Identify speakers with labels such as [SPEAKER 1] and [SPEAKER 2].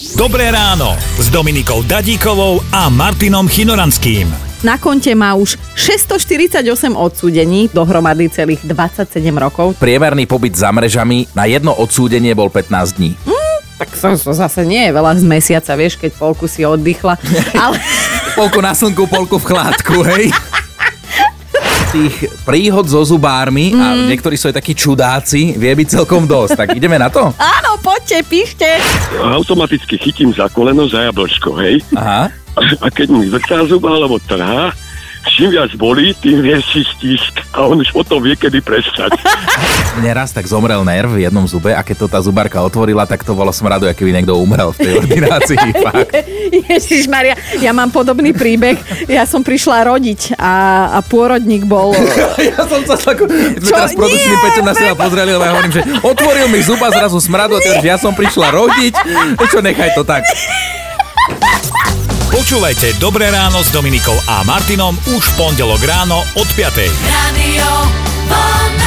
[SPEAKER 1] Dobré ráno s Dominikou Dadíkovou a Martinom Chinoranským.
[SPEAKER 2] Na konte má už 648 odsúdení, dohromady celých 27 rokov.
[SPEAKER 3] Priemerný pobyt za mrežami na jedno odsúdenie bol 15 dní.
[SPEAKER 2] Tak to, to zase nie je veľa z mesiaca, vieš, keď polku si oddychla. Ale
[SPEAKER 3] Polku na slnku, polku v chládku, hej? tých príhod so zubármi a niektorí sú aj takí čudáci, vie byť celkom dosť. Tak ideme na to?
[SPEAKER 2] áno, poďte, píšte.
[SPEAKER 4] automaticky chytím za koleno, za jablčko, hej.
[SPEAKER 3] Aha.
[SPEAKER 4] A keď mi vrtá zuba alebo trhá, čím viac bolí, tým väčší stisk. A on už potom vie, kedy prestať.
[SPEAKER 3] Neraz tak zomrel nerv v jednom zube a keď to tá zubárka otvorila, tak to bolo smradu, aký by niekto umrel v tej ordinácii. Fakt.
[SPEAKER 2] Ježiš Maria, ja mám podobný príbeh. Ja som prišla rodiť a, a pôrodník bol...
[SPEAKER 3] Ja som sa tak... My
[SPEAKER 2] Čo?
[SPEAKER 3] sme teraz s produčným
[SPEAKER 2] Nie,
[SPEAKER 3] Peťom na seba pozreli, lebo ja hovorím, že otvoril mi zuba zrazu smradu a teraz ja som prišla rodiť. Čo, nechaj to tak.
[SPEAKER 1] Počúvajte Dobré ráno s Dominikou a Martinom už v pondelok ráno od 5.
[SPEAKER 5] Radio Vlna.